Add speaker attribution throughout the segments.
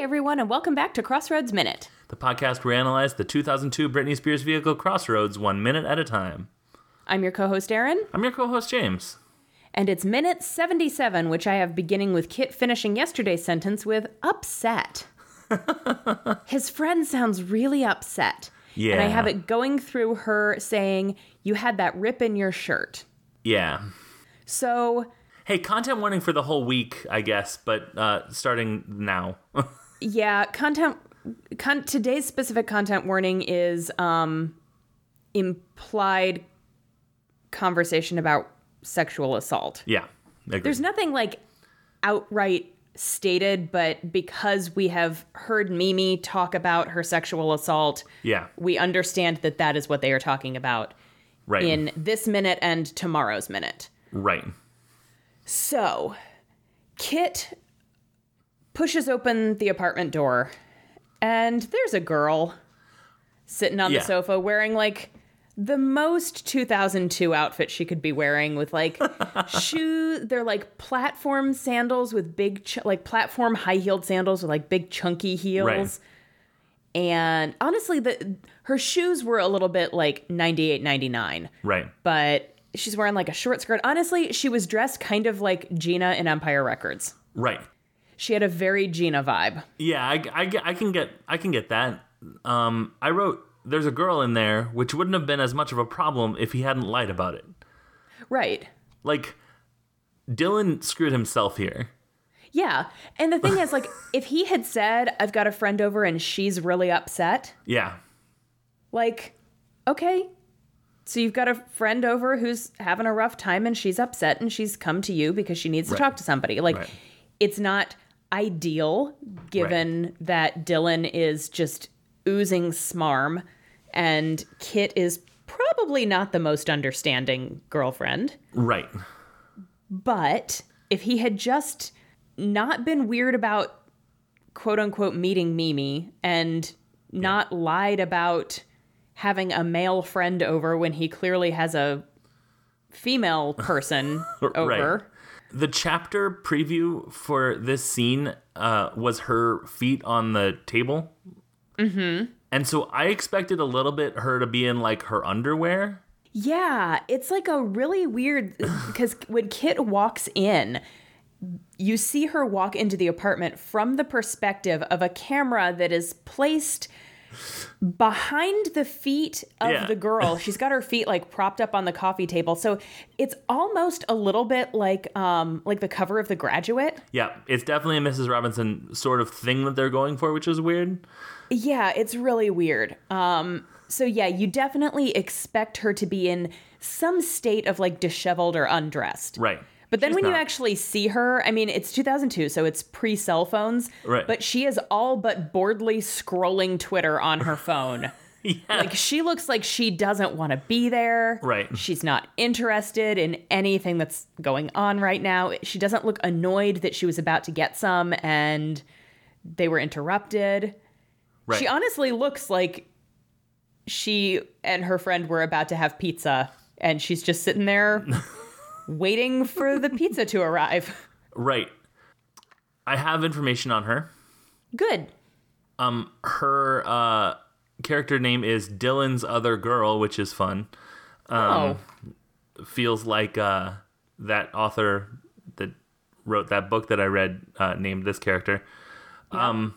Speaker 1: everyone, and welcome back to Crossroads Minute.
Speaker 2: The podcast where we analyze the 2002 Britney Spears vehicle Crossroads one minute at a time.
Speaker 1: I'm your co host, Aaron,
Speaker 2: I'm your co host, James.
Speaker 1: and it's minute 77, which I have beginning with Kit finishing yesterday's sentence with upset. His friend sounds really upset. And I
Speaker 2: Yeah.
Speaker 1: have it going through her saying, You had that rip in your shirt.
Speaker 2: Yeah.
Speaker 1: So,
Speaker 2: Hey, content warning for the whole week, I guess, but uh, starting now.
Speaker 1: yeah, content. Con- today's specific content warning is um, implied conversation about sexual assault.
Speaker 2: yeah. Agreed.
Speaker 1: There's nothing like outright stated, but because we have heard Mimi talk about her sexual assault,
Speaker 2: yeah.
Speaker 1: we understand that that is what they are talking about
Speaker 2: Right.
Speaker 1: in this minute and tomorrow's minute.
Speaker 2: right.
Speaker 1: So, Kit pushes open the apartment door, and there's a girl sitting on
Speaker 2: Yeah.
Speaker 1: the sofa wearing like the most 2002 outfit she could be wearing with like shoe they're like platform sandals with big ch- like platform high-heeled sandals with like big chunky heels
Speaker 2: Right.
Speaker 1: and honestly the her shoes were a little bit like 98 99
Speaker 2: Right.
Speaker 1: but she's wearing like a short skirt. Honestly, she was dressed kind of like Gina in Empire Records.
Speaker 2: Right.
Speaker 1: She had a very Gina vibe.
Speaker 2: Yeah, I, I get- I can get I can get that. Um, I wrote there's a girl in there, which wouldn't have been as much of a problem if he hadn't lied about it.
Speaker 1: Right.
Speaker 2: Like, Dylan screwed himself here.
Speaker 1: Yeah. And the thing is, like, if he had said, I've got a friend over and she's really upset,
Speaker 2: Yeah.
Speaker 1: like, okay. So you've got a friend over who's having a rough time and she's upset and she's come to you because she needs to
Speaker 2: Right.
Speaker 1: talk to somebody. Like,
Speaker 2: Right.
Speaker 1: it's not ideal given that Dylan is just oozing smarm and Kit is probably not the most understanding girlfriend.
Speaker 2: Right.
Speaker 1: But if he had just not been weird about quote unquote meeting Mimi and not lied about having a male friend over when he clearly has a female person over.
Speaker 2: The chapter preview for this scene uh, was her feet on the table. Mm-hmm. And so I expected a little bit her to be in like her underwear.
Speaker 1: Yeah, it's like a really weird because when Kit walks in, you see her walk into the apartment from the perspective of a camera that is placed behind the feet of
Speaker 2: Yeah.
Speaker 1: the girl. She's got her feet like propped up on the coffee table. So it's almost a little bit like um like the cover of The Graduate.
Speaker 2: Yeah, it's definitely a Mrs. Robinson sort of thing that they're going for, which is weird.
Speaker 1: Yeah, it's really weird. Um, so yeah, you definitely expect her to be in some state of like disheveled or undressed.
Speaker 2: Right.
Speaker 1: But then
Speaker 2: She's
Speaker 1: when you
Speaker 2: not.
Speaker 1: actually see her, I mean, it's 2002, so it's pre cell phones.
Speaker 2: Right.
Speaker 1: But she is all but boredly scrolling Twitter on her phone.
Speaker 2: Yeah.
Speaker 1: like she looks like she doesn't want to be there.
Speaker 2: Right.
Speaker 1: She's not interested in anything that's going on right now. She doesn't look annoyed that she was about to get some and they were interrupted.
Speaker 2: right.
Speaker 1: She honestly looks like she and her friend were about to have pizza, and she's just sitting there waiting for the pizza to arrive.
Speaker 2: right. I have information on her.
Speaker 1: Good.
Speaker 2: Um, her uh, character name is Dylan's other girl, which is fun.
Speaker 1: oh,
Speaker 2: feels like uh, that author that wrote that book that I read uh, named this character. Um,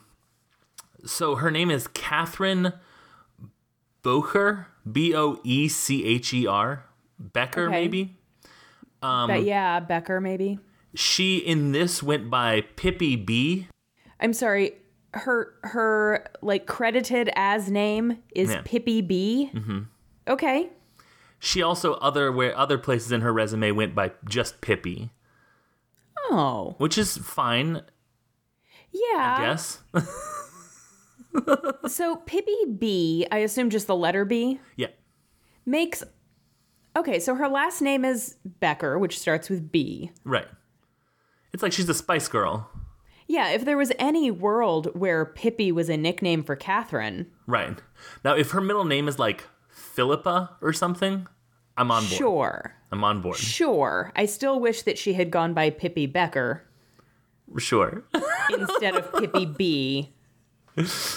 Speaker 2: so her name is Catherine Bocher, B O E C H E R, Becker,
Speaker 1: Okay.
Speaker 2: maybe.
Speaker 1: but yeah, Becker maybe.
Speaker 2: She in this went by Pippi B.
Speaker 1: I'm sorry. Her her like credited as name is
Speaker 2: Yeah.
Speaker 1: Pippi B. Mm-hmm. Okay.
Speaker 2: She also other where other places in her resume went by just Pippi,
Speaker 1: Oh
Speaker 2: which is fine,
Speaker 1: yeah.
Speaker 2: yes.
Speaker 1: So Pippi B. I assume just the letter B.
Speaker 2: yeah.
Speaker 1: makes okay so her last name is becker which starts with b
Speaker 2: Right. It's like she's a spice girl.
Speaker 1: yeah if there was any world where pippi was a nickname for catherine
Speaker 2: Right. Now, if her middle name is like Philippa or something, I'm on board.
Speaker 1: sure
Speaker 2: I'm on board.
Speaker 1: sure i still wish that she had gone by pippi becker
Speaker 2: Sure.
Speaker 1: instead of pippi b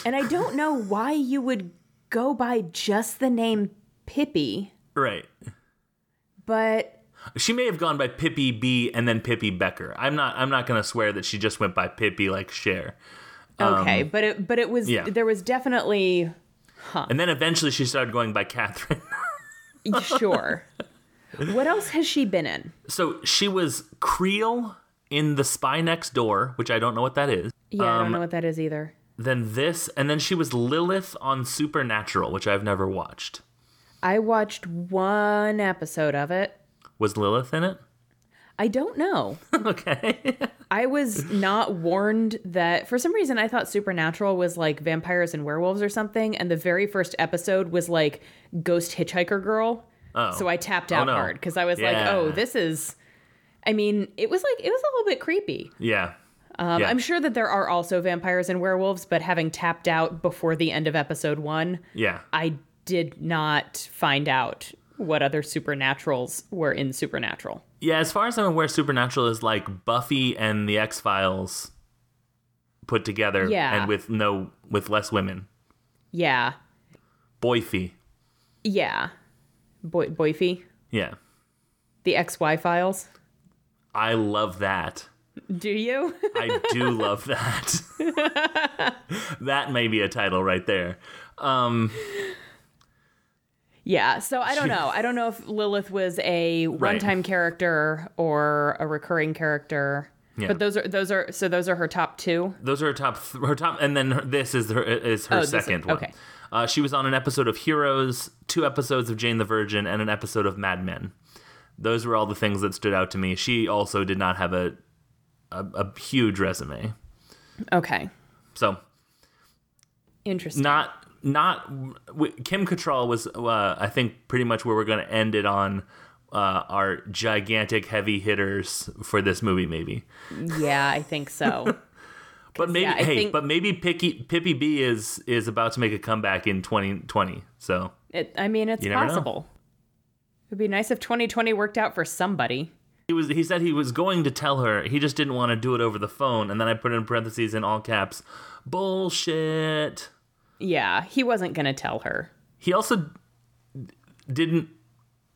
Speaker 1: And I don't know why you would go by just the name Pippi,
Speaker 2: Right.
Speaker 1: but
Speaker 2: She may have gone by Pippi B and then Pippi Becker. I'm not I'm not gonna swear that she just went by Pippi like Cher.
Speaker 1: okay, but it but it was
Speaker 2: yeah.
Speaker 1: there was definitely Ah.
Speaker 2: And then eventually she started going by Catherine.
Speaker 1: sure. What else has she been in?
Speaker 2: so she was Creel in The Spy Next Door, which I don't know what that is.
Speaker 1: Yeah, I don't know what that is either.
Speaker 2: Then this, and then she was Lilith on Supernatural, which I've never watched.
Speaker 1: I watched one episode of it.
Speaker 2: Was Lilith in it?
Speaker 1: I don't know.
Speaker 2: okay.
Speaker 1: I was not warned that for some reason I thought Supernatural was like vampires and werewolves or something, and the very first episode was like Ghost Hitchhiker Girl.
Speaker 2: Oh.
Speaker 1: So I tapped out
Speaker 2: no.
Speaker 1: hard because I was like,
Speaker 2: Yeah.
Speaker 1: oh, this is. I mean, it was like it was a little bit creepy.
Speaker 2: Oh, Yeah.
Speaker 1: Um,
Speaker 2: Yeah.
Speaker 1: I'm sure that there are also vampires and werewolves, but having tapped out before the end of episode one,
Speaker 2: Yeah.
Speaker 1: I did not find out what other supernaturals were in Supernatural.
Speaker 2: Yeah, as far as I'm aware, Supernatural is like Buffy and the X Files put together
Speaker 1: Yeah.
Speaker 2: and with no with less women.
Speaker 1: Yeah,
Speaker 2: Boyfy.
Speaker 1: yeah, Boy- Boyfie.
Speaker 2: Yeah.
Speaker 1: The XY files.
Speaker 2: I love that.
Speaker 1: Do you?
Speaker 2: I do love that. that may be a title right there. Um,
Speaker 1: yeah. So I don't know. I don't know if Lilith was a one-time character or a recurring character.
Speaker 2: Yeah.
Speaker 1: But those are those are so those are her top two.
Speaker 2: those are her top th- her top and then her, this is her is her
Speaker 1: Oh, this is-
Speaker 2: second one.
Speaker 1: okay.
Speaker 2: Uh, she was on an episode of Heroes, two episodes of Jane the Virgin and an episode of Mad Men. Those were all the things that stood out to me. She also did not have a a, a huge resume.
Speaker 1: Okay.
Speaker 2: So,
Speaker 1: Interesting.
Speaker 2: not not w- Kim Cattrall was uh, I think pretty much where we're going to end it on uh, our gigantic heavy hitters for this movie maybe.
Speaker 1: yeah, I think so.
Speaker 2: But maybe
Speaker 1: yeah, I
Speaker 2: hey,
Speaker 1: think-
Speaker 2: but maybe Picky Pippy B is is about to make a comeback in 2020. So,
Speaker 1: It, I mean, it's
Speaker 2: You never know.
Speaker 1: possible. It'd be nice if 2020 worked out for somebody.
Speaker 2: he was he said he was going to tell her. He just didn't want to do it over the phone and then I put in parentheses in all caps bullshit.
Speaker 1: Yeah, he wasn't gonna tell her.
Speaker 2: he also d- didn't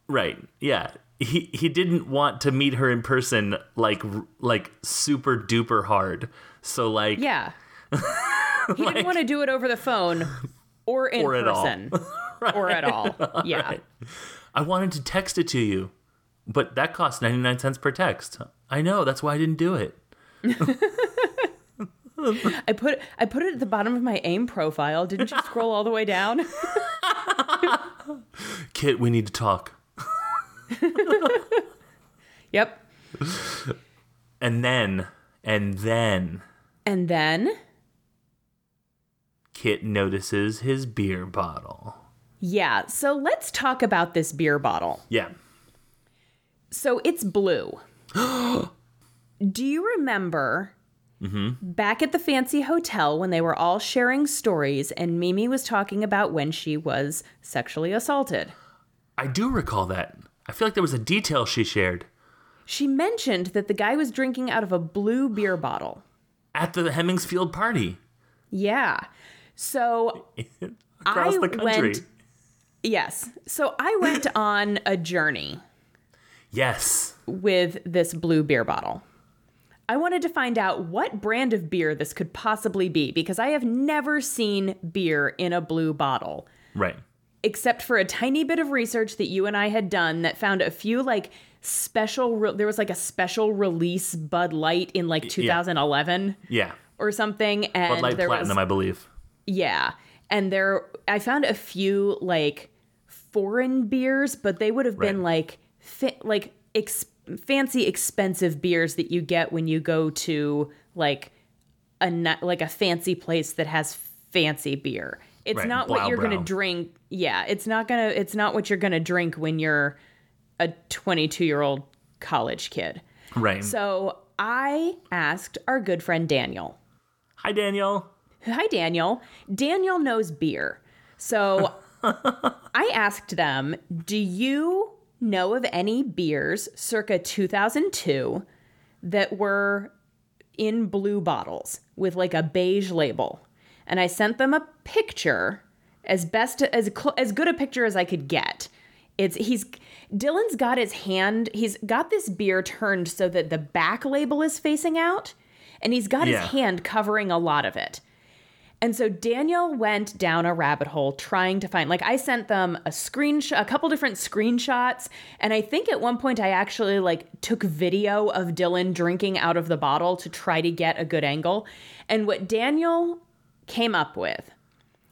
Speaker 2: right yeah he he didn't want to meet her in person like r- like super duper hard so like
Speaker 1: Yeah, he didn't want to do it over the phone or in
Speaker 2: Or at all.
Speaker 1: person or at all. Yeah.
Speaker 2: i wanted to text it to you but that costs 99 cents per text i know that's why i didn't do it
Speaker 1: I put I put it at the bottom of my aim profile. Didn't you scroll all the way down?
Speaker 2: kit we need to talk
Speaker 1: Yep.
Speaker 2: and then and then
Speaker 1: And then
Speaker 2: kit notices his beer bottle
Speaker 1: yeah, so let's talk about this beer bottle.
Speaker 2: yeah
Speaker 1: So it's blue. Do you remember
Speaker 2: Mm-hmm.
Speaker 1: back at the fancy hotel when they were all sharing stories and Mimi was talking about when she was sexually assaulted?
Speaker 2: i do recall that i feel like there was a detail she shared
Speaker 1: She mentioned that the guy was drinking out of a blue beer bottle.
Speaker 2: at the hemmingsfield party
Speaker 1: Yeah. So
Speaker 2: across
Speaker 1: I
Speaker 2: the country.
Speaker 1: went- Yes. So I went on a journey
Speaker 2: Yes.
Speaker 1: with this blue beer bottle. I wanted to find out what brand of beer this could possibly be because I have never seen beer in a blue bottle,
Speaker 2: Right.
Speaker 1: except for a tiny bit of research that you and I had done that found a few like special, re- there was like a special release Bud Light in like 2011
Speaker 2: Yeah.
Speaker 1: or something. And
Speaker 2: Bud Light
Speaker 1: there was,
Speaker 2: Platinum, I believe.
Speaker 1: Yeah. And there I found a few like foreign beers, but they would have been like fa- like ex- fancy expensive beers that you get when you go to like a ni- like a fancy place that has fancy beer. It's
Speaker 2: Right,
Speaker 1: not what you're going
Speaker 2: Blaubrow.
Speaker 1: to drink. Yeah, it's not going to it's not what you're going to drink when you're a 22-year-old college kid.
Speaker 2: Right.
Speaker 1: So, I asked our good friend Daniel
Speaker 2: Hi, Daniel.
Speaker 1: Hi, Daniel. Daniel knows beer. So I asked them, Do you know of any beers circa 2002 that were in blue bottles with like a beige label? and I sent them a picture as best as cl- as good a picture as I could get. It's he's Dylan's got his hand. He's got this beer turned so that the back label is facing out, and he's got
Speaker 2: Yeah.
Speaker 1: his hand covering a lot of it. And so Danielle went down a rabbit hole trying to find like I sent them a screenshot a couple different screenshots and I think at one point I actually like took video of Dylan drinking out of the bottle to try to get a good angle. And what Daniel came up with,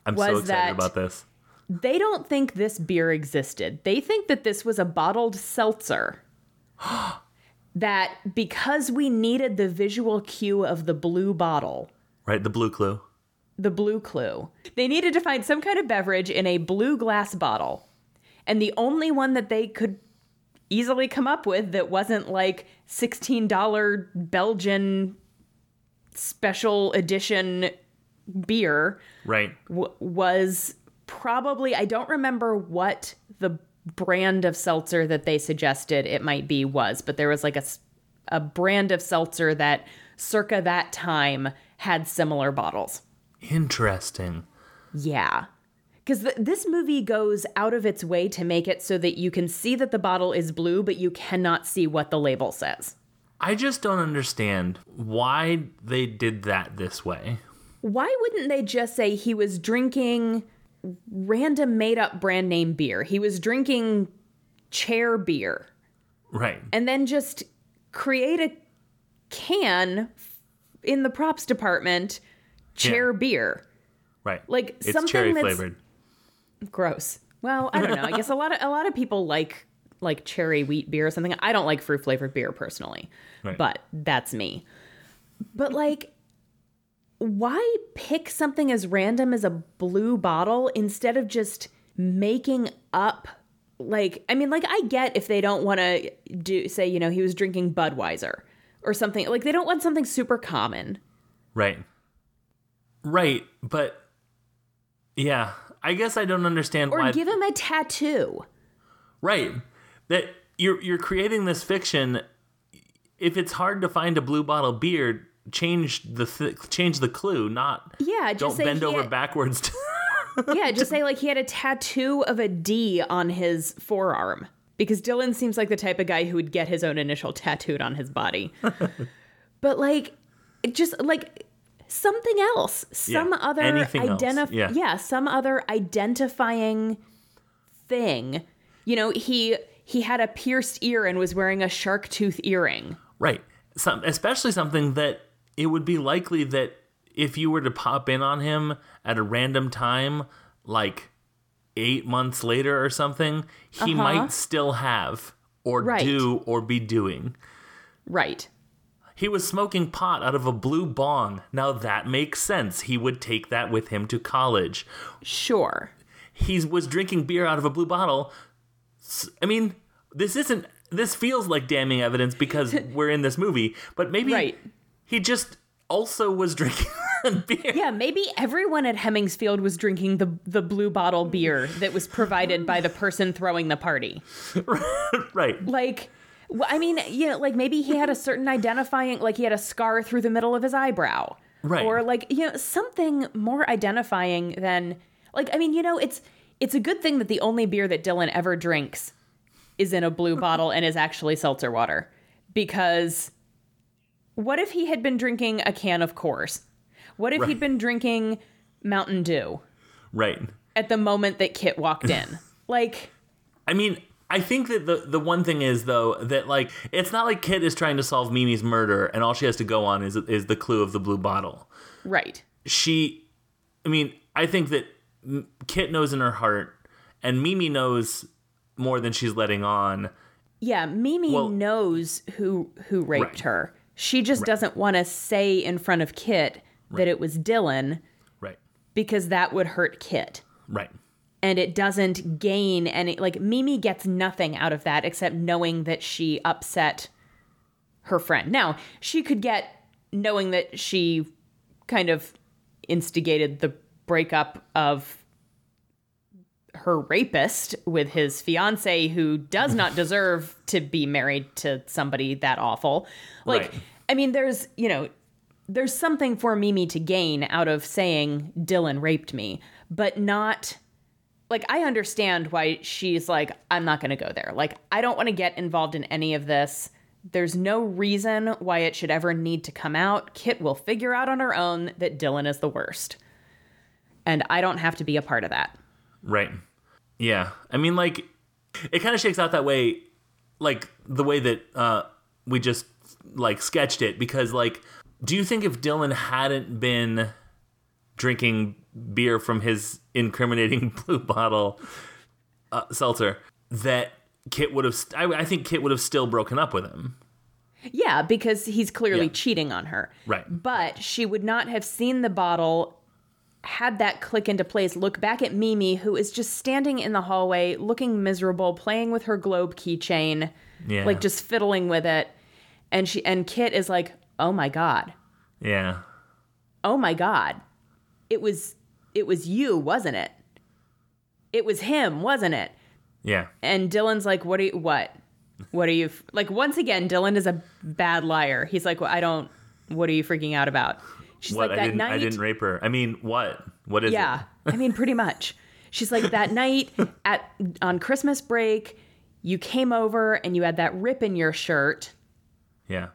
Speaker 2: I'm so
Speaker 1: Was that-
Speaker 2: excited about this.
Speaker 1: they don't think this beer existed. They think that this was a bottled seltzer. that because we needed the visual cue of the blue bottle,
Speaker 2: Right, the blue clue.
Speaker 1: the blue clue. They needed to find some kind of beverage in a blue glass bottle. And the only one that they could easily come up with that wasn't like $16 Belgian special edition beer
Speaker 2: Right.
Speaker 1: w- was probably, I don't remember what the brand of seltzer that they suggested it might be was, but there was like a, s- a brand of seltzer that circa that time had similar bottles.
Speaker 2: Interesting.
Speaker 1: Yeah. Because th- this movie goes out of its way to make it so that you can see that the bottle is blue, but you cannot see what the label says.
Speaker 2: I just don't understand why they did that this way.
Speaker 1: Why wouldn't they just say he was drinking random made up brand name beer? He was drinking chair beer.
Speaker 2: Right.
Speaker 1: And then just create a can f- in the props department chair beer.
Speaker 2: Right.
Speaker 1: Like
Speaker 2: it's
Speaker 1: something
Speaker 2: cherry
Speaker 1: that's
Speaker 2: flavored.
Speaker 1: gross. Well, I don't know. I guess a lot of a lot of people like like cherry wheat beer or something. I don't like fruit flavored beer personally,
Speaker 2: Right.
Speaker 1: but that's me. But like, why pick something as random as a blue bottle instead of just making up? Like, I mean, like I get if they don't want to do say you know he was drinking Budweiser or something. Like they don't want something super common.
Speaker 2: Right. Right, but yeah, I guess I don't understand
Speaker 1: Or
Speaker 2: why
Speaker 1: give him a tattoo.
Speaker 2: Right. That you're you're creating this fiction. If it's hard to find a blue bottle beer, change the th- change the clue. Not
Speaker 1: Yeah, just
Speaker 2: don't
Speaker 1: say
Speaker 2: bend
Speaker 1: he
Speaker 2: over
Speaker 1: had-
Speaker 2: backwards. To,
Speaker 1: Yeah, just say like he had a tattoo of a D on his forearm because Dylan seems like the type of guy who would get his own initial tattooed on his body. but like it just like something else, some
Speaker 2: Yeah,
Speaker 1: other
Speaker 2: anything else,
Speaker 1: identif
Speaker 2: yeah.
Speaker 1: some other identifying thing. You know, he he had a pierced ear and was wearing a shark tooth earring.
Speaker 2: right. Some, especially something that it would be likely that if you were to pop in on him at a random time, like eight months later or something, he might still have or
Speaker 1: Right.
Speaker 2: do or be doing.
Speaker 1: Right.
Speaker 2: He was smoking pot out of a blue bong. Now that makes sense. He would take that with him to college.
Speaker 1: Sure.
Speaker 2: He was drinking beer out of a blue bottle. S- I mean, this isn't. This feels like damning evidence because we're in this movie, but maybe
Speaker 1: Right.
Speaker 2: he just also was drinking beer.
Speaker 1: Yeah, maybe everyone at Hemmingsfield was drinking the the blue bottle beer that was provided by the person throwing the party.
Speaker 2: Right.
Speaker 1: Like, wh- I mean, yeah, like maybe he had a certain identifying, like he had a scar through the middle of his eyebrow,
Speaker 2: Right.
Speaker 1: Or like you know something more identifying than like I mean you know it's it's a good thing that the only beer that Dylan ever drinks is in a blue bottle and is actually seltzer water because what if he had been drinking a can of Coors? What if he'd
Speaker 2: Right.
Speaker 1: been drinking Mountain Dew
Speaker 2: Right.
Speaker 1: at the moment that Kit walked in? like,
Speaker 2: I mean, I think that the the one thing is though that like it's not like Kit is trying to solve Mimi's murder and all she has to go on is is the clue of the blue bottle.
Speaker 1: right.
Speaker 2: she i mean i think that M- kit knows in her heart and mimi knows more than she's letting on
Speaker 1: Yeah, Mimi
Speaker 2: Well-
Speaker 1: knows who who raped
Speaker 2: Right.
Speaker 1: her. She just doesn't want to say in front of Kit that it was Dylan
Speaker 2: right
Speaker 1: because that would hurt Kit.
Speaker 2: right
Speaker 1: And it doesn't gain any like Mimi gets nothing out of that except knowing that she upset her friend. Now, she could get knowing that she kind of instigated the breakup of her rapist with his fiance who does not deserve to be married to somebody that awful. Like
Speaker 2: Right.
Speaker 1: I mean there's, you know, there's something for Mimi to gain out of saying Dylan raped me, but not like I understand why she's like, I'm not going to go there. Like, I don't want to get involved in any of this. There's no reason why it should ever need to come out. Kit will figure out on her own that Dylan is the worst. And I don't have to be a part of that.
Speaker 2: Right. Yeah. I mean, like, it kind of shakes out that way, like the way that uh, we just like sketched it. Because, like, do you think if Dylan hadn't been drinking beer from his incriminating blue bottle uh, seltzer, that Kit would have? St- I, I think Kit would have still broken up with him.
Speaker 1: Yeah, because he's clearly
Speaker 2: Yeah.
Speaker 1: cheating on her.
Speaker 2: Right.
Speaker 1: But she would not have seen the bottle, had that click into place, look back at Mimi, who is just standing in the hallway, looking miserable, playing with her globe keychain,
Speaker 2: Yeah.
Speaker 1: like just fiddling with it. And she and Kit is like, Oh my God.
Speaker 2: Yeah.
Speaker 1: Oh my God. It was it was you, wasn't it? It was him, wasn't it?
Speaker 2: Yeah.
Speaker 1: And Dylan's like, "What are you? What? What are you? f-" Like?" Once again, Dylan is a bad liar. He's like, well, "I don't. What are you freaking out about?" She's
Speaker 2: What
Speaker 1: like,
Speaker 2: I
Speaker 1: "That
Speaker 2: didn't.
Speaker 1: night."
Speaker 2: I didn't rape her. I mean, what? What is it?
Speaker 1: yeah, I mean, pretty much. She's like, "That night at on Christmas break, you came over and you had that rip in your shirt."
Speaker 2: Yeah.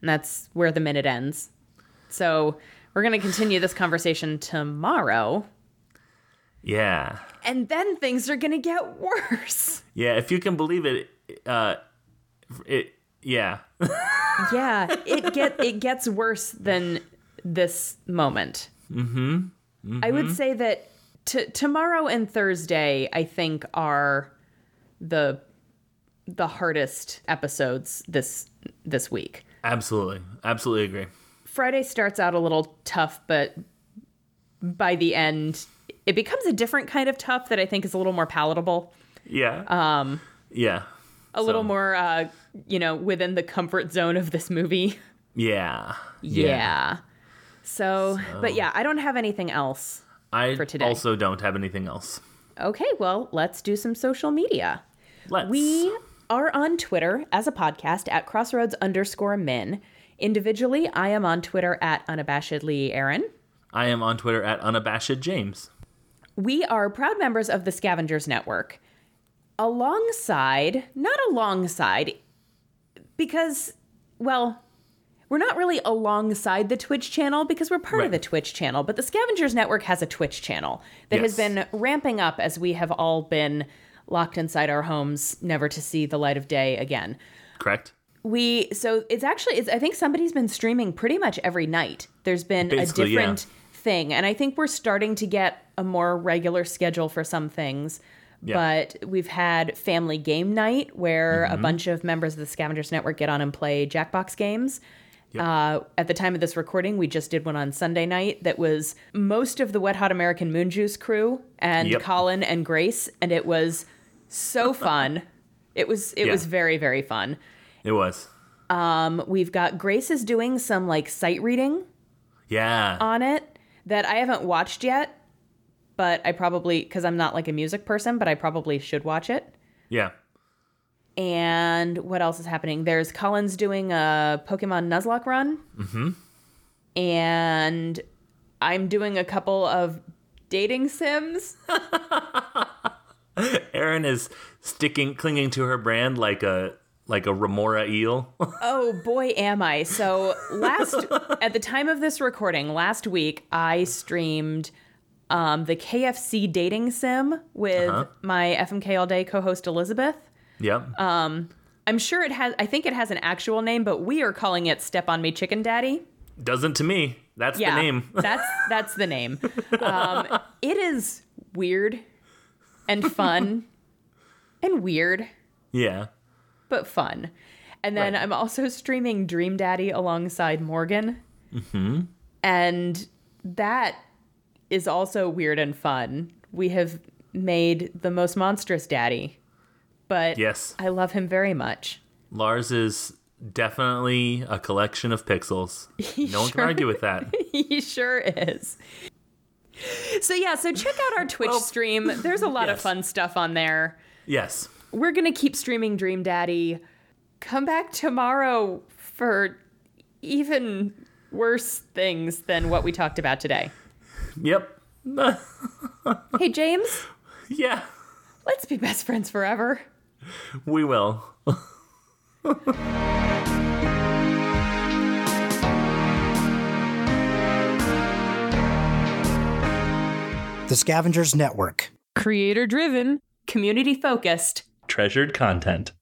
Speaker 1: And that's where the minute ends. So we're gonna continue this conversation tomorrow,
Speaker 2: Yeah.
Speaker 1: and then things are gonna get worse.
Speaker 2: Yeah. If you can believe it, uh, it. Yeah.
Speaker 1: yeah, it get it gets worse than this moment. Mm-hmm. I would say that t- tomorrow and Thursday, I think, are the the hardest episodes this this week.
Speaker 2: Absolutely. Absolutely agree.
Speaker 1: Friday starts out a little tough, but by the end, it becomes a different kind of tough that I think is a little more palatable,
Speaker 2: Yeah. Um. Yeah.
Speaker 1: a little more, uh, you know, within the comfort zone of this movie.
Speaker 2: Yeah.
Speaker 1: Yeah. So, but yeah, I don't have anything else.
Speaker 2: I
Speaker 1: for today.
Speaker 2: also don't have anything else.
Speaker 1: Okay, well, let's do some social media.
Speaker 2: Let's.
Speaker 1: We are on Twitter as a podcast at crossroads underscore men. Individually, I am on Twitter at unabashedly Aaron.
Speaker 2: I am on Twitter at unabashed James.
Speaker 1: We are proud members of the Scavengers Network. Alongside, not alongside, because, well, we're not really alongside the Twitch channel because we're part of
Speaker 2: Right.
Speaker 1: the Twitch channel, but the Scavengers Network has a Twitch channel that has
Speaker 2: Yes.
Speaker 1: been ramping up as we have all been locked inside our homes, never to see the light of day again.
Speaker 2: Correct.
Speaker 1: We so it's actually it's, I think somebody's been streaming pretty much every night. There's been
Speaker 2: Basically,
Speaker 1: a
Speaker 2: yeah.
Speaker 1: different thing, and I think we're starting to get a more regular schedule for some things.
Speaker 2: Yeah.
Speaker 1: But we've had family game night where
Speaker 2: Mm-hmm.
Speaker 1: a bunch of members of the Scavengers Network get on and play Jackbox games. Uh, at the time of this recording, we just did one on Sunday night that was most of the Wet Hot American Moon Juice crew and
Speaker 2: Yep.
Speaker 1: Colin and Grace, and it was so fun. it was it
Speaker 2: Yeah.
Speaker 1: was very very fun.
Speaker 2: It was.
Speaker 1: We've got Grace is doing some like sight reading
Speaker 2: Yeah.
Speaker 1: on it that I haven't watched yet, but I probably because I'm not like a music person, but I probably should watch it.
Speaker 2: yeah.
Speaker 1: And what else is happening? There's Collins doing a Pokemon Nuzlocke run. Mm-hmm. And I'm doing a couple of dating sims.
Speaker 2: Erin is sticking, clinging to her brand like a like a remora eel.
Speaker 1: Oh boy, am I. So, last, at the time of this recording, last week, I streamed um, the KFC dating sim with
Speaker 2: Uh-huh.
Speaker 1: my FMK All Day co host Elizabeth.
Speaker 2: yep.
Speaker 1: Uh, I'm sure it has, I think it has an actual name, but we are calling it Step on Me Chicken Daddy.
Speaker 2: Doesn't to me. That's
Speaker 1: Yeah.
Speaker 2: the name.
Speaker 1: that's, that's the name. Um, it is weird and fun and weird.
Speaker 2: yeah.
Speaker 1: but fun. And then
Speaker 2: Right.
Speaker 1: I'm also streaming Dream Daddy alongside Morgan. Mm-hmm. And that is also weird and fun. We have made the most monstrous daddy, but
Speaker 2: Yes.
Speaker 1: I love him very much.
Speaker 2: Lars is definitely a collection of pixels. No one can
Speaker 1: sure
Speaker 2: argue with that.
Speaker 1: he sure is. So, yeah, so check out our Twitch
Speaker 2: Well,
Speaker 1: stream. There's a lot of
Speaker 2: yes.
Speaker 1: fun stuff on there.
Speaker 2: Yes.
Speaker 1: We're going to keep streaming Dream Daddy. Come back tomorrow for even worse things than what we talked about today.
Speaker 2: Yep.
Speaker 1: Hey, James,
Speaker 2: yeah,
Speaker 1: let's be best friends forever.
Speaker 2: we will.
Speaker 3: The Scavengers Network.
Speaker 4: Creator driven.
Speaker 1: Community focused.
Speaker 5: Treasured content.